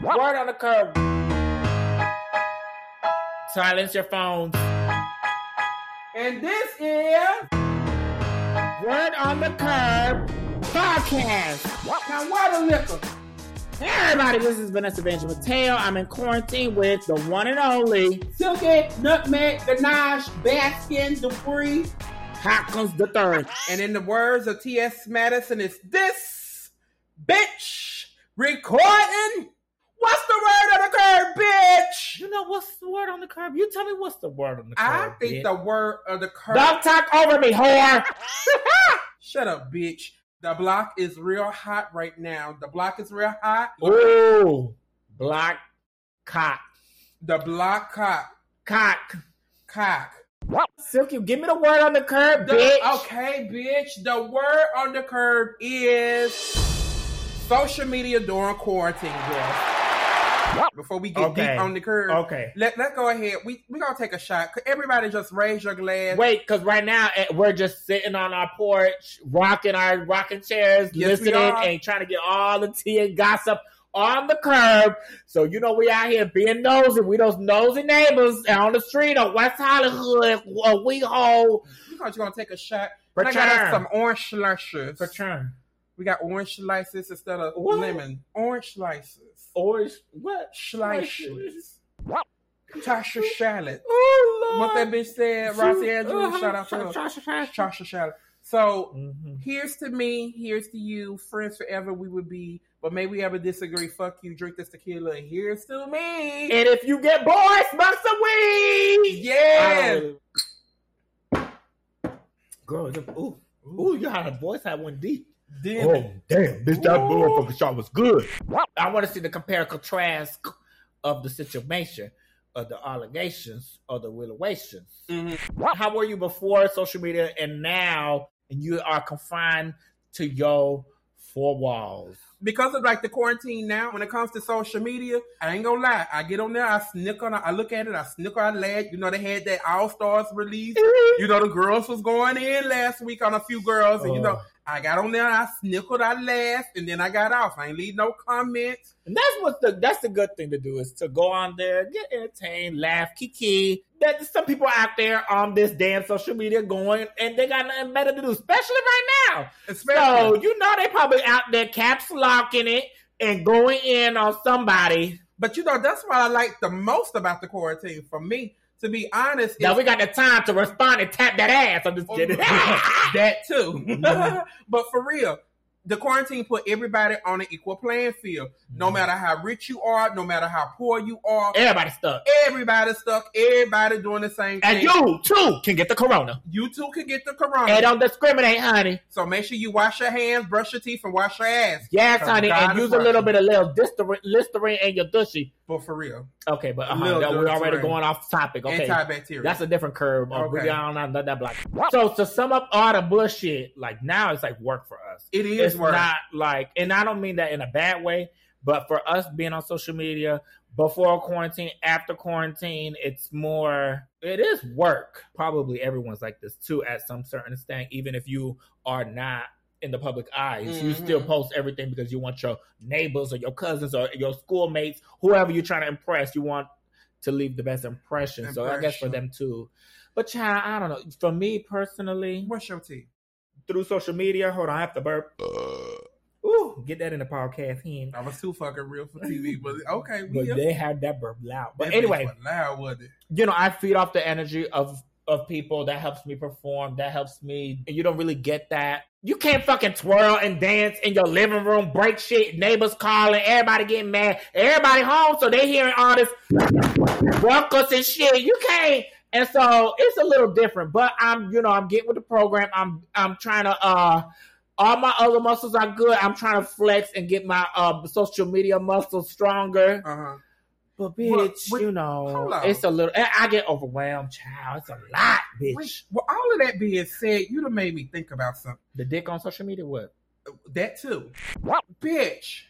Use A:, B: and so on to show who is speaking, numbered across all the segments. A: Word on the curb. Silence your phones.
B: And this is
A: Word on the curb podcast.
B: now why the liquor?
A: Hey everybody, this is Vanessa Benjamin Mateo. I'm in quarantine with the one and only
B: Silky, nutmeg, ganache, baskin, debris.
A: Hopkins the third.
B: And in the words of T.S. Madison, it's this bitch recording. What's the word of the curb, bitch?
A: You know what's the word on the curb? You tell me what's the word on the curb.
B: I think the word of the curb.
A: Don't talk over me, whore.
B: Shut up, bitch. The block is real hot right now. The block is real hot.
A: Ooh, block, cock,
B: The block cock.
A: cock.
B: Cock.
A: Silky, give me the word on the curb,
B: The-
A: bitch.
B: Okay, bitch. The word on the curb is social media during quarantine, girl. Before we get
A: Okay.
B: deep on the curb,
A: Okay.
B: let, let's go ahead. We we gonna take a shot. Could Everybody just raise your glass.
A: Wait, because right now eh, we're just sitting on our porch, rocking our rocking chairs,
B: Yes, we
A: listening
B: are.
A: and trying to get all the tea and gossip on the curb. So you know we out here being nosy. We those nosy neighbors on the street of West Hollywood, uh, we hold
B: We gonna, just gonna take a shot. And
A: for
B: I got us
A: turn.
B: some orange slices.
A: For turn.
B: We got orange slices instead of
A: What?
B: lemon. Orange slices.
A: Orange what?
B: Slices. Tasha Shallot.
A: Oh Lord.
B: What that bitch said, Rossi Andrews. Shout out Mm-hmm. to her. Tasha Shallot. So
A: Mhm.
B: Here's to me, here's to you, friends forever we would be, but may we ever disagree. Fuck you, drink this tequila, and here's to me.
A: And if you get bored, smoke some weed.
B: Yeah.
A: Girl, the, ooh, ooh, you had a voice had one deep. Oh,
B: Then
A: damn, bitch,
B: that motherfucking
A: shot was good. I want to see the compare contrast of the situation, of the allegations, of the relations.
B: Mhm.
A: How were you before social media and now, and you are confined to your four walls?
B: because of like the quarantine now, when it comes to social media, I ain't gonna lie. I get on there, I snicker, I look at it, I snicker, I laugh. You know, they had that All Stars release. You know, the girls was going in last week on a few girls, and you know,
A: Uh,
B: I got on there, I snickered, I laughed, and then I got off. I ain't leave no comments.
A: and that's what the that's the good thing to do is to go on there, get entertained, laugh, kiki. That some people out there on this damn social media going and they got nothing better to do, especially right now.
B: Especially,
A: So you know they probably out there caps locking it and going in on somebody.
B: But you know, that's what I like the most about the quarantine for me. To be honest,
A: Now
B: is
A: we got the time to respond and tap that ass. I'm just
B: Oh,
A: kidding.
B: that too.
A: Mhm.
B: but for real, the quarantine put everybody on an equal playing field. No
A: Mm-hmm.
B: matter how rich you are, no matter how poor you are,
A: Everybody stuck.
B: everybody stuck, everybody doing the same thing.
A: And you uh, too can get the corona.
B: You too can get the corona.
A: They don't discriminate, honey.
B: so make sure you wash your hands, brush your teeth, and wash your ass.
A: Yes,
B: Cause
A: honey.
B: God
A: And
B: is
A: use a little
B: watching.
A: bit of little Listerine- listerine in your dushy.
B: But for real,
A: Okay, but uh-huh,
B: Little
A: that, we're already
B: Listerine.
A: going off topic. Okay.
B: antibacterial.
A: That's a different curve. Uh, We
B: Okay.
A: don't know that black. So to sum up all the bullshit, like now it's like work for us.
B: it is
A: it's
B: work.
A: not like, and I don't mean that in a bad way, but for us being on social media before quarantine, after quarantine, it's more, it is work. Probably everyone's like this too at some certain extent, even if you are not in the public eyes. You
B: Mhm.
A: still post everything because you want your neighbors or your cousins or your schoolmates, whoever you're trying to impress, you want to leave the best impression. So I guess for
B: Impression.
A: them too. But child, I don't know. For me personally,
B: What's your tea?
A: through social media. Hold on, I have to burp. Ooh, get that in the podcast hand.
B: I was too fucking real for TV, but okay.
A: But
B: yeah.
A: they had that burp loud. But
B: That bitch
A: anyway,
B: was loud wasn't it?
A: you know, I feed off the energy of of people. That helps me perform. That helps me. You don't really get that. You can't fucking twirl and dance in your living room, break shit, neighbors calling, everybody getting mad, everybody home, so they hearing all this ruckus and shit. You can't. And so it's a little different, but I'm, you know, I'm getting with the program. I'm, I'm trying to, uh, all my other muscles are good. I'm trying to flex and get my uh social media muscles stronger.
B: Uh huh.
A: But bitch,
B: Well, with-
A: you
B: hold
A: know,
B: on.
A: it's a little. I I get overwhelmed, child. It's a lot, bitch.
B: Wait, well, all of that being said, you done made me think about something.
A: The dick on social media, what?
B: That too. Bitch,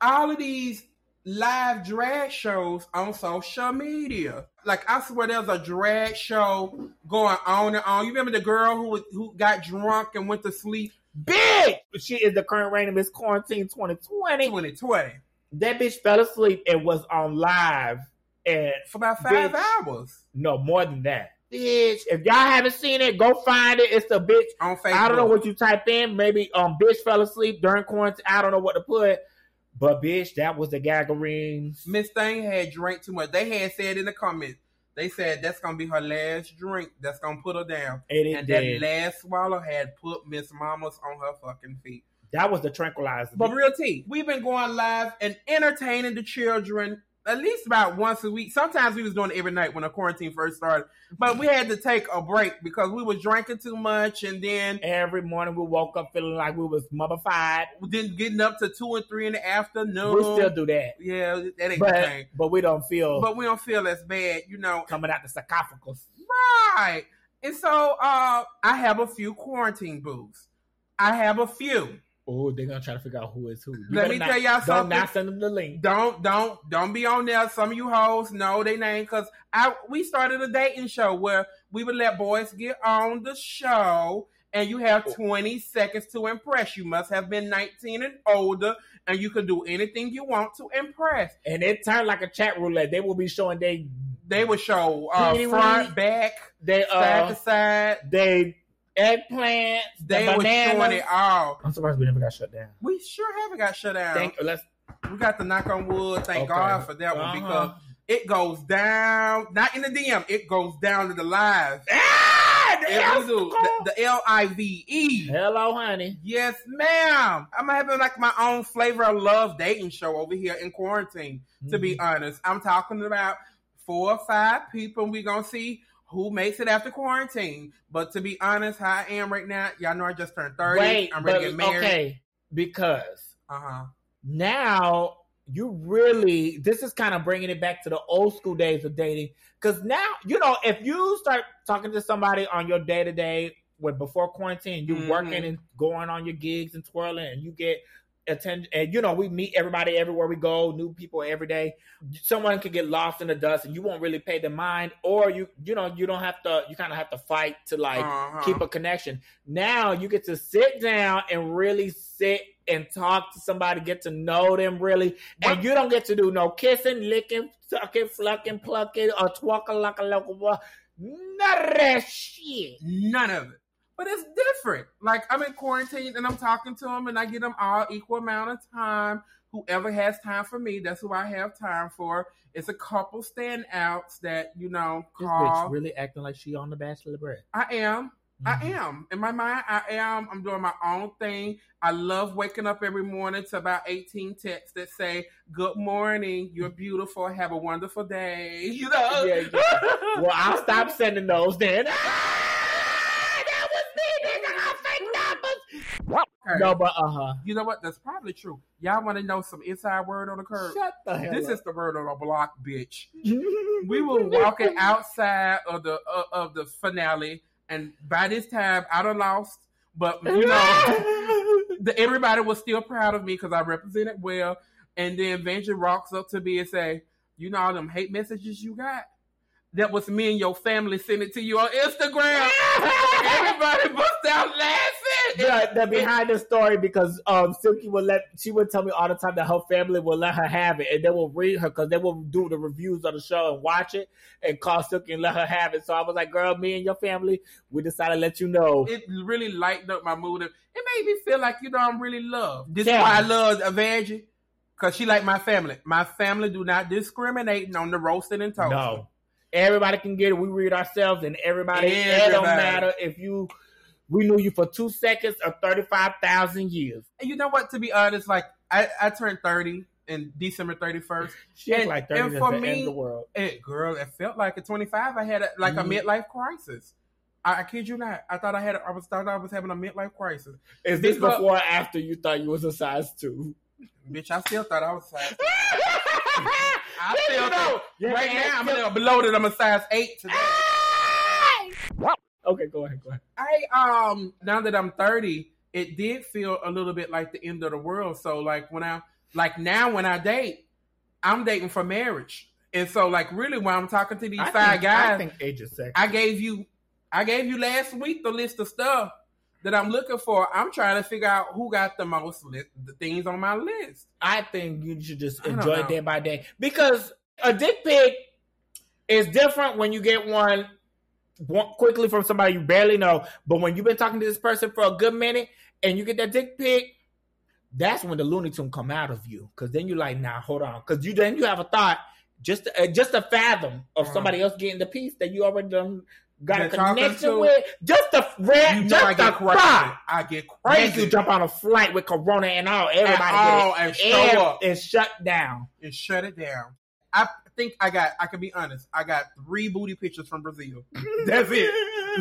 B: all of these live drag shows on social media. Like, I swear there's a drag show going on and on. You remember the girl who was, who got drunk and went to sleep
A: Bitch, she is the current reigning Miss Quarantine 2020.
B: 2020?
A: That bitch fell asleep and was on live and
B: for about five
A: Bitch.
B: hours
A: no more than that. Bitch, if y'all haven't seen it, go find it. It's the bitch.
B: on Facebook.
A: I don't know what you type in. Maybe um bitch fell asleep during quarantine. I don't know what to put. But bitch, that was the gaggerings.
B: Miss Thing had drank too much. They had said in the comments, they said that's gonna be her last drink. That's gonna put her down.
A: And it
B: and
A: did.
B: that last swallow had put Miss Mamas on her fucking feet.
A: that was the tranquilizer.
B: But real tea, we've been going live and entertaining the children at least about once a week. Sometimes we was doing it every night when the quarantine first started, but we had to take a break because we was drinking too much and then
A: Every morning we woke up feeling like we was mummified.
B: then getting up to two and three in the afternoon.
A: We still do that.
B: yeah, that ain't the
A: But
B: thing.
A: but we don't feel
B: But we don't feel as bad, you know.
A: coming out the sarcophagus.
B: Right. And so uh, I have a few quarantine booths. I have a few.
A: Oh, they're gonna try to figure out who is who. You
B: Let
A: better
B: me
A: not-
B: tell y'all
A: Don't
B: something.
A: not send them the link.
B: Don't don't don't be on there. Some of you hoes know they name because I we started a dating show where we would let boys get on the show and you have 20 seconds to impress. You must have been 19 and older, and you can do anything you want to impress.
A: And it turned like a chat roulette. They will be showing they
B: They would show uh,
A: Anyway.
B: front, back,
A: they
B: side
A: uh
B: to side.
A: they eggplants.
B: They
A: the
B: were showing
A: bananas.
B: it all.
A: I'm surprised we never got shut down.
B: We sure haven't got shut down.
A: Thank let's
B: We got to knock on wood. Thank
A: Okay.
B: God for that one because
A: Uh-huh.
B: it goes down, not in the DM, it goes down to the live.
A: Ah, the
B: It- we
A: L-
B: do, the, the L I V E.
A: Hello, honey.
B: Yes, ma'am. I'm having like my own flavor of love dating show over here in quarantine, to
A: Mm-hmm. Mm.
B: be honest. I'm talking about four or five people, and we're going to see who makes it after quarantine. But to be honest, how I am right now, y'all know I just turned 30.
A: Wait,
B: I'm ready
A: but-
B: to get married.
A: Okay, because
B: Uh huh.
A: now you really this is kind of bringing it back to the old school days of dating because now you know if you start talking to somebody on your day to day when before quarantine you
B: Mhm.
A: working and going on your gigs and twirling and you get attend and you know we meet everybody everywhere we go new people every day someone can get lost in the dust and you won't really pay the mind or you you know you don't have to you kind of have to fight to like
B: uh-huh.
A: keep a connection. Now you get to sit down and really sit and talk to somebody, get to know them really, and you don't get to do no kissing, licking, sucking, flucking, plucking, or twaka laka laka. None of that shit.
B: None of it. But it's different. Like I'm in quarantine and I'm talking to them and I give them all equal amount of time. Whoever has time for me, that's who I have time for. It's a couple standouts that, you know,
A: This bitch
B: call.
A: really acting like she on the Mm-hmm. Bachelorette.
B: I am. I am. In my mind, I am. I'm doing my own thing. I love waking up every morning to about 18 texts that say, Good morning, you're beautiful, have a wonderful day. You know?
A: Yeah, Well, I'll stop sending those then. Ah, that was me. These are all fake numbers.
B: Okay.
A: No, but uh huh.
B: You know what? That's probably true. Y'all want to know some inside word on the curb?
A: Shut the hell
B: This
A: up.
B: is the word on the block, bitch.
A: Is,
B: We were walking outside of the uh, of the finale, and by this time, I done lost. But you know, the, everybody was still proud of me because I represented well. And then Venture walks up to me and say, "You know all them hate messages you got? That was me and your family sending to you on Instagram." everybody bust out laughing.
A: the, the behind the story because um Silky would let she would tell me all the time that her family would let her have it and they will read her because they will do the reviews of the show and watch it and call Silky and let her have it. So I was like, girl, me and your family, we decided to let you know.
B: it really lightened up my mood. It made me feel like you know I'm really loved. This
A: Yeah.
B: is why I love Evangeline because she like my family. My family do not discriminate on the roasting and toasting.
A: No, everybody can get it. We read ourselves and everybody. It don't
B: Everybody.
A: matter if you. We knew you for two seconds or thirty five thousand years.
B: And you know what? To be honest, like I, I turned thirty in December thirty first.
A: Shit,
B: And-
A: like thirty
B: and
A: is
B: for
A: the
B: me-
A: end of the world.
B: Hey, girl, it felt like at twenty five I had a, like
A: Mhm.
B: a midlife crisis. I, I kid you not. I thought I had. A, I was thought I was having a midlife crisis.
A: Is this
B: Because-
A: before or after you thought you was a size two?
B: Bitch, I still thought I was. Size. I
A: Bitch,
B: still
A: you know,
B: know.
A: your
B: Right
A: ass
B: now, I'm a
A: still-
B: little bloated. I'm a size eight today.
A: Okay, go ahead, go ahead.
B: I um now that I'm 30, it did feel a little bit like the end of the world. So like when I like now when I date, I'm dating for marriage. And so like really when I'm talking to these five guys,
A: I think age is sex.
B: I gave you I gave you last week the list of stuff that I'm looking for. I'm trying to figure out who got the most li- the things on my list.
A: I think you should just
B: I don't
A: enjoy
B: know.
A: it day by day because a dick pic is different when you get one one- quickly from somebody you barely know. But when you've been talking to this person for a good minute and you get that dick pic, that's when the Looney Tune come out of you because then you're like, nah, hold on, because you then you have a thought just uh, just a fathom of
B: Uh-huh.
A: somebody else getting the piece that you already done got a
B: Been talking
A: connection
B: to.
A: with. Just the red,
B: You know
A: just
B: I get
A: the
B: crazy.
A: thought.
B: I get
A: Then you
B: crazy.
A: jump on a flight with Corona and all. Everybody
B: at
A: get it
B: all and show
A: and,
B: up
A: and shut down.
B: and shut it down. I think I got. I can be honest. I got three booty pictures from Brazil. That's
A: it.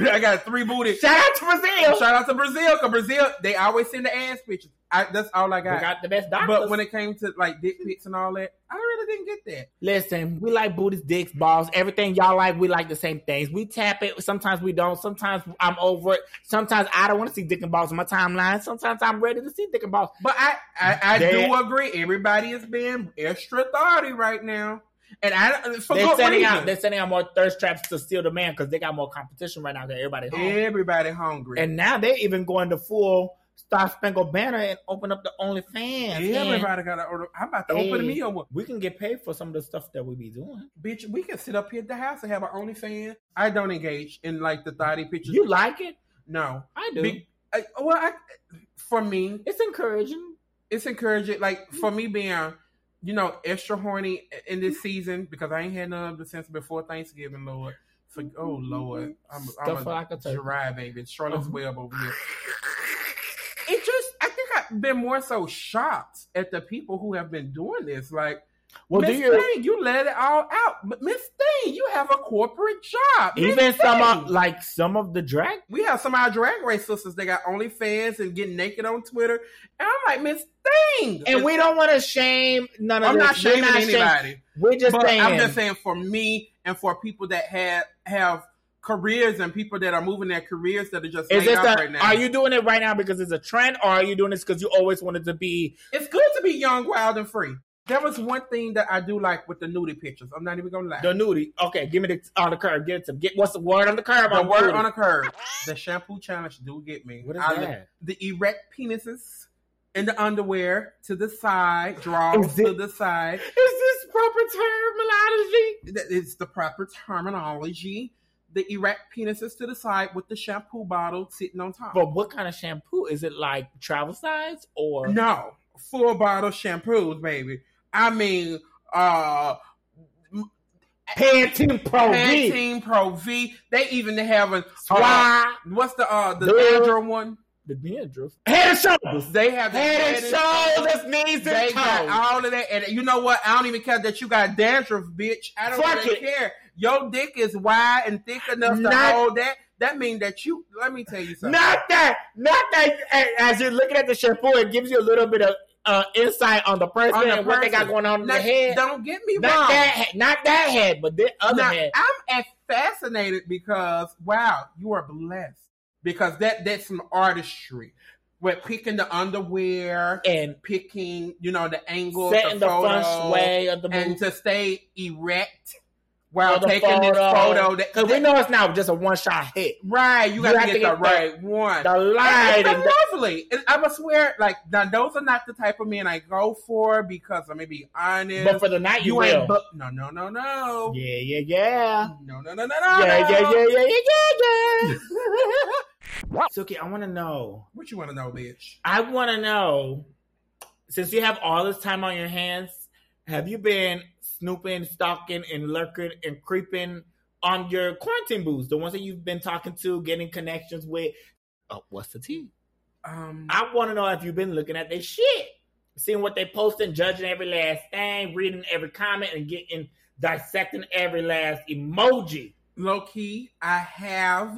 B: I got three booty.
A: Shout out to Brazil.
B: Shout out to Brazil, cause Brazil they always send the ass pictures. I, that's all I
A: We
B: got.
A: got the best doctors.
B: But when it came to like dick pics and all that, I really didn't get that.
A: Listen, we like booties, dicks, balls, everything y'all like. We like the same things. We tap it. Sometimes we don't. Sometimes I'm over it. Sometimes I don't want to see dick and balls on my timeline. Sometimes I'm ready to see dick and balls.
B: But I, I, I
A: They-
B: do agree. Everybody is being extra thoughty right now, and I for
A: they're
B: good
A: sending
B: reason.
A: out. They're sending out more thirst traps to steal the man because they got more competition right now. That everybody home.
B: Everybody hungry.
A: And now they're even going to full Star Spangled Banner and open up the OnlyFans. And
B: everybody got to order. I'm about to open
A: Hey.
B: me up.
A: we can get paid for some of the stuff that we be doing.
B: Bitch, we can sit up here at the house and have our OnlyFans. I don't engage in like the thoughty pictures.
A: You like it?
B: no.
A: I do.
B: Be- I, well, I, for me,
A: it's encouraging.
B: it's encouraging. Like for me being, you know, extra horny in this season because I ain't had none of it since before Thanksgiving, Lord. For, oh Lord,
A: Mm-hmm.
B: I'm, I'm
A: Stuff like a
B: a
A: turkey.
B: dry baby. Charlotte's
A: Uh-huh.
B: Web over here. It just, I think I've been more so shocked at the people who have been doing this. Like,
A: Well, do
B: Miss
A: you
B: Thing, you let it all out. But Miss Thing, you have a corporate job. Miss
A: even some of
B: Thing.
A: like some of the drag?
B: we have some of our drag race sisters that got OnlyFans and get naked on Twitter. And I'm like, Miss Thing.
A: And we don't want to shame none of
B: I'm
A: this.
B: not
A: We're
B: shaming
A: shaming-
B: anybody.
A: We're just
B: but
A: saying.
B: I'm just saying for me and for people that have have careers and people that are moving their careers that are just
A: Is
B: laid
A: this
B: off
A: a,
B: right now.
A: Are you doing it right now because it's a trend, or are you doing this because you always wanted to be?
B: it's good to be young, wild, and free. There was one thing that I do like with the nudie pictures. I'm not even gonna lie.
A: The
B: The,
A: nudie. Okay, give me the on the curb. Give it to me. Get what's the word on the curb?
B: word
A: nudie?
B: on a curve. The shampoo challenge do get me.
A: What is
B: I li-
A: that?
B: The erect penises in the underwear to the side, draws
A: Is it-
B: to the side.
A: Is this proper terminology?
B: That is the proper terminology. The erect penises to the side with the shampoo bottle sitting on top.
A: But what kind of shampoo is it? Like travel size or
B: No, full bottle shampoos, baby. I mean, uh,
A: Pantene Pro V?
B: Pantene Pro V. They even have a uh,
A: Why
B: what's the uh the
A: Dude.
B: Andro one?
A: the dandruff? Head and shoulders.
B: They have the
A: Head and shoulders, knees
B: They
A: and
B: got
A: toes.
B: all of that, and you know what? I don't even care that you got dandruff, bitch. I don't
A: Fuck
B: really
A: it.
B: care. Your dick is wide and thick enough to
A: Not-
B: hold that. That means that you. Let me tell you something.
A: Not that, not that. a- As you're looking at the shampoo, it gives you a little bit of uh, insight on the person
B: On the
A: and what they got
B: person.
A: going on in
B: Now,
A: the head.
B: don't get me
A: Not
B: wrong.
A: that, he- not that head, but the other
B: Now,
A: head.
B: I'm as fascinated because wow, you are blessed because that that's some artistry with picking the underwear,
A: And
B: picking you know the angle,
A: setting the,
B: the photo,
A: fun sway of the
B: and
A: move.
B: to stay erect while
A: Of the
B: taking this
A: photo.
B: photo. That,
A: Because we
B: that-
A: know it's not just a one shot hit.
B: right, you
A: you
B: got
A: have
B: to
A: to
B: get
A: get
B: the
A: the-
B: right one.
A: The
B: It's
A: lighting,
B: been lovely. And I must swear, like now, those are not the type of men I go for because I'm gonna be honest.
A: but for the night you,
B: you
A: will.
B: ain't bu- no no no no
A: yeah, yeah, yeah.
B: no no no no no
A: Yeah, yeah,
B: no.
A: yeah, yeah, yeah, yeah, yeah. Suki, I want to know.
B: What you want to know, bitch?
A: I want to know. Since you have all this time on your hands, have you been snooping, stalking, and lurking and creeping on your quarantine booths? The ones that you've been talking to, getting connections with.
B: Uh,
A: Oh, what's the tea?
B: Um,
A: I want to know if you've been looking at their shit, seeing what they posting, judging every last thing, reading every comment, and getting dissecting every last emoji.
B: low key, I have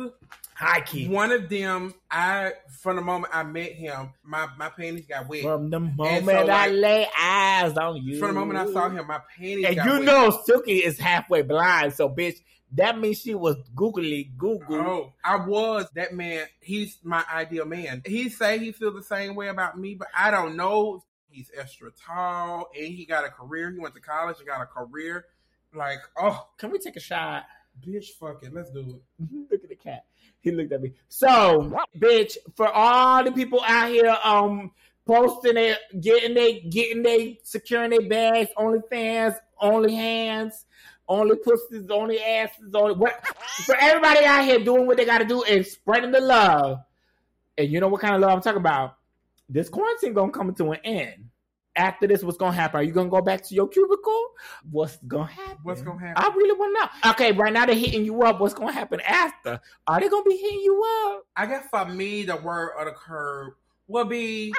A: Hi, Keith.
B: one of them. I from the moment I met him, my my panties got wet.
A: From the moment I
B: like-
A: lay eyes on you,
B: From the moment I saw him, my panties.
A: and
B: got
A: you
B: wet.
A: know Silky is halfway blind, so bitch, that means she was googly Google.
B: Oh, I was that man. He's my ideal man. He say he feel the same way about me, but I don't know. He's extra tall, and he got a career. He went to college and got a career. Like, oh,
A: Can we take a shot?
B: Bitch, fuck it. Let's do it.
A: Look at the cat. He looked at me. So, bitch, for all the people out here, um, posting it, getting they, getting they, securing their bags, only fans, only hands, only pussies, only asses, only what. For everybody out here doing what they got to do and spreading the love. And you know what kind of love I'm talking about? This quarantine gonna come to an end. After this, what's gonna happen? Are you gonna go back to your cubicle? What's gonna happen?
B: What's gonna happen?
A: I really want to know. Okay, right now they're hitting you up. What's going to happen after? Are they going to be hitting you up?
B: I guess for me, the word of the curb will be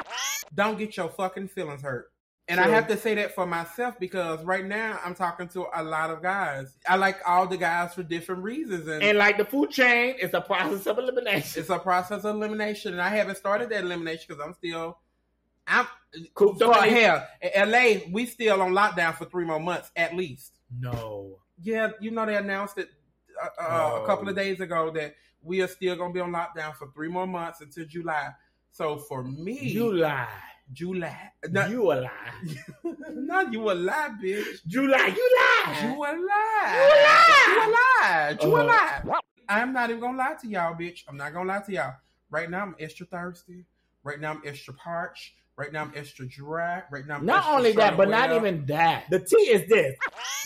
B: don't get your fucking feelings hurt. And I
A: True.
B: have to say that for myself because right now I'm talking to a lot of guys. I like all the guys for different reasons. And,
A: And like the food chain, it's a process of elimination.
B: it's a process of elimination. And I haven't started that elimination because I'm still, I'm,
A: Coop,
B: for hell, in LA, we still on lockdown for three more months at least.
A: No.
B: Yeah, you know they announced it uh, uh, a
A: No.
B: couple of days ago that we are still gonna be on lockdown for three more months until July. So for me,
A: You lie.
B: July, not you,
A: you a lie.
B: not you a lie, bitch.
A: You lie. You
B: You
A: lie.
B: a lie.
A: lie.
B: You a lie. You a
A: Uh-huh.
B: lie. I'm not even gonna lie to y'all, bitch. I'm not gonna lie to y'all. Right now, I'm extra thirsty. Right now, I'm extra parched. Right now, I'm extra dry. Right now, I'm
A: Not
B: extra
A: only
B: short
A: that,
B: of
A: but not
B: breath.
A: even that. The tea is this.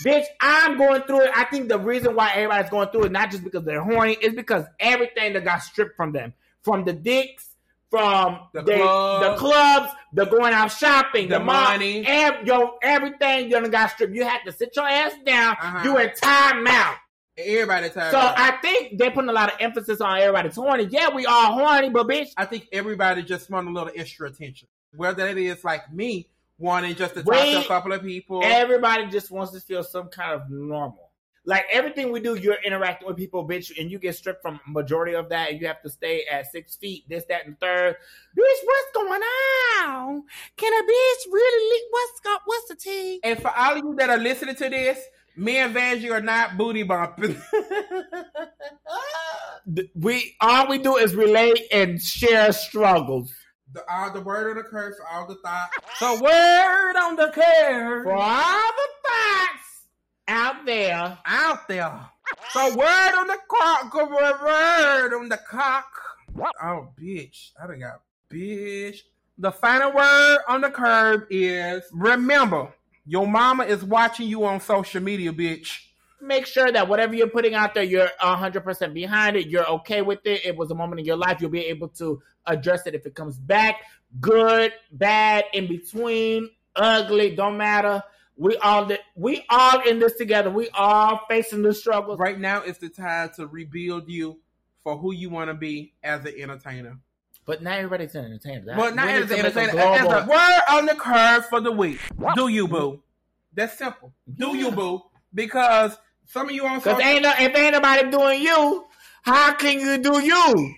A: Bitch, I'm going through it. I think the reason why everybody's going through it, not just because they're horny, is because everything that got stripped from them. From the dicks, from
B: The
A: they-
B: clubs.
A: the clubs, the going out shopping,
B: The
A: the, mall,
B: money.
A: ev- yo, everything you done got stripped. You had to sit your ass down.
B: Uh-huh.
A: You in time out.
B: everybody tired.
A: So
B: of it.
A: I think they're putting a lot of emphasis on everybody's horny. Yeah, we all horny, but bitch,
B: I think everybody just want a little extra attention. Whether it is like me wanting just to talk to a
A: Wait.
B: couple of people.
A: Everybody just wants to feel some kind of normal. Like everything we do, you're interacting with people, bitch, and you get stripped from majority of that, and you have to stay at six feet, this, that, and third. Bitch, what's going on? Can a bitch really? Le- what's got? What's the tea?
B: and for all of you that are listening to this, me and Vanjie are not booty bumping.
A: Th- We all we do is relate and share struggles.
B: the, all the word on the curse, all the thought. The word on the curse
A: For all the thoughts out there,
B: out there. The word on the cock, the word on the cock. Oh, bitch. I done got bitch. The final word on the curb is remember, your mama is watching you on social media, bitch.
A: make sure that whatever you're putting out there, you're 100% behind it. You're okay with it. It was a moment in your life. You'll be able to address it if it comes back. Good, bad, in between, ugly, don't matter. We all we all in this together. We all facing the struggles.
B: Right now is the time to rebuild you for who you want to be as an entertainer.
A: But not everybody's an entertainer. That-
B: But not
A: we
B: as
A: need
B: an
A: to make a
B: entertainer, as a
A: global-
B: word on the curve for the week. Do you, boo? That's simple. Do you,
A: Yeah.
B: boo? Because some of you on
A: Cause
B: social
A: ain't no, if ain't nobody doing you, how can you do you?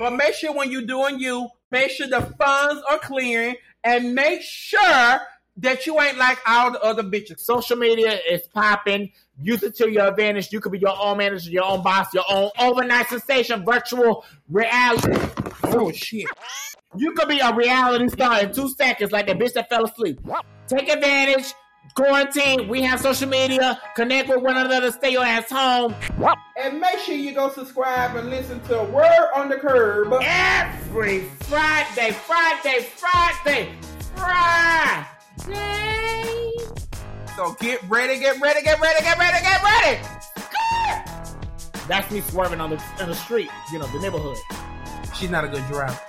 B: But make sure when you're doing you, make sure the funds are clearing and make sure that you ain't like all the other bitches.
A: Social media is popping. Use it to your advantage. You could be your own manager, your own boss, your own overnight sensation, virtual reality.
B: Oh shit.
A: You could be a reality star in two seconds, like that bitch that fell asleep. Take advantage. Quarantine. We have social media. Connect with one another. Stay your ass home.
B: And make sure you go subscribe and listen to Word on the Curb.
A: Every Friday, Friday, Friday, Friday.
B: So get ready, get ready, get ready, get ready, get ready.
A: That's me swerving on the, on the street, you know, the neighborhood.
B: She's not a good driver.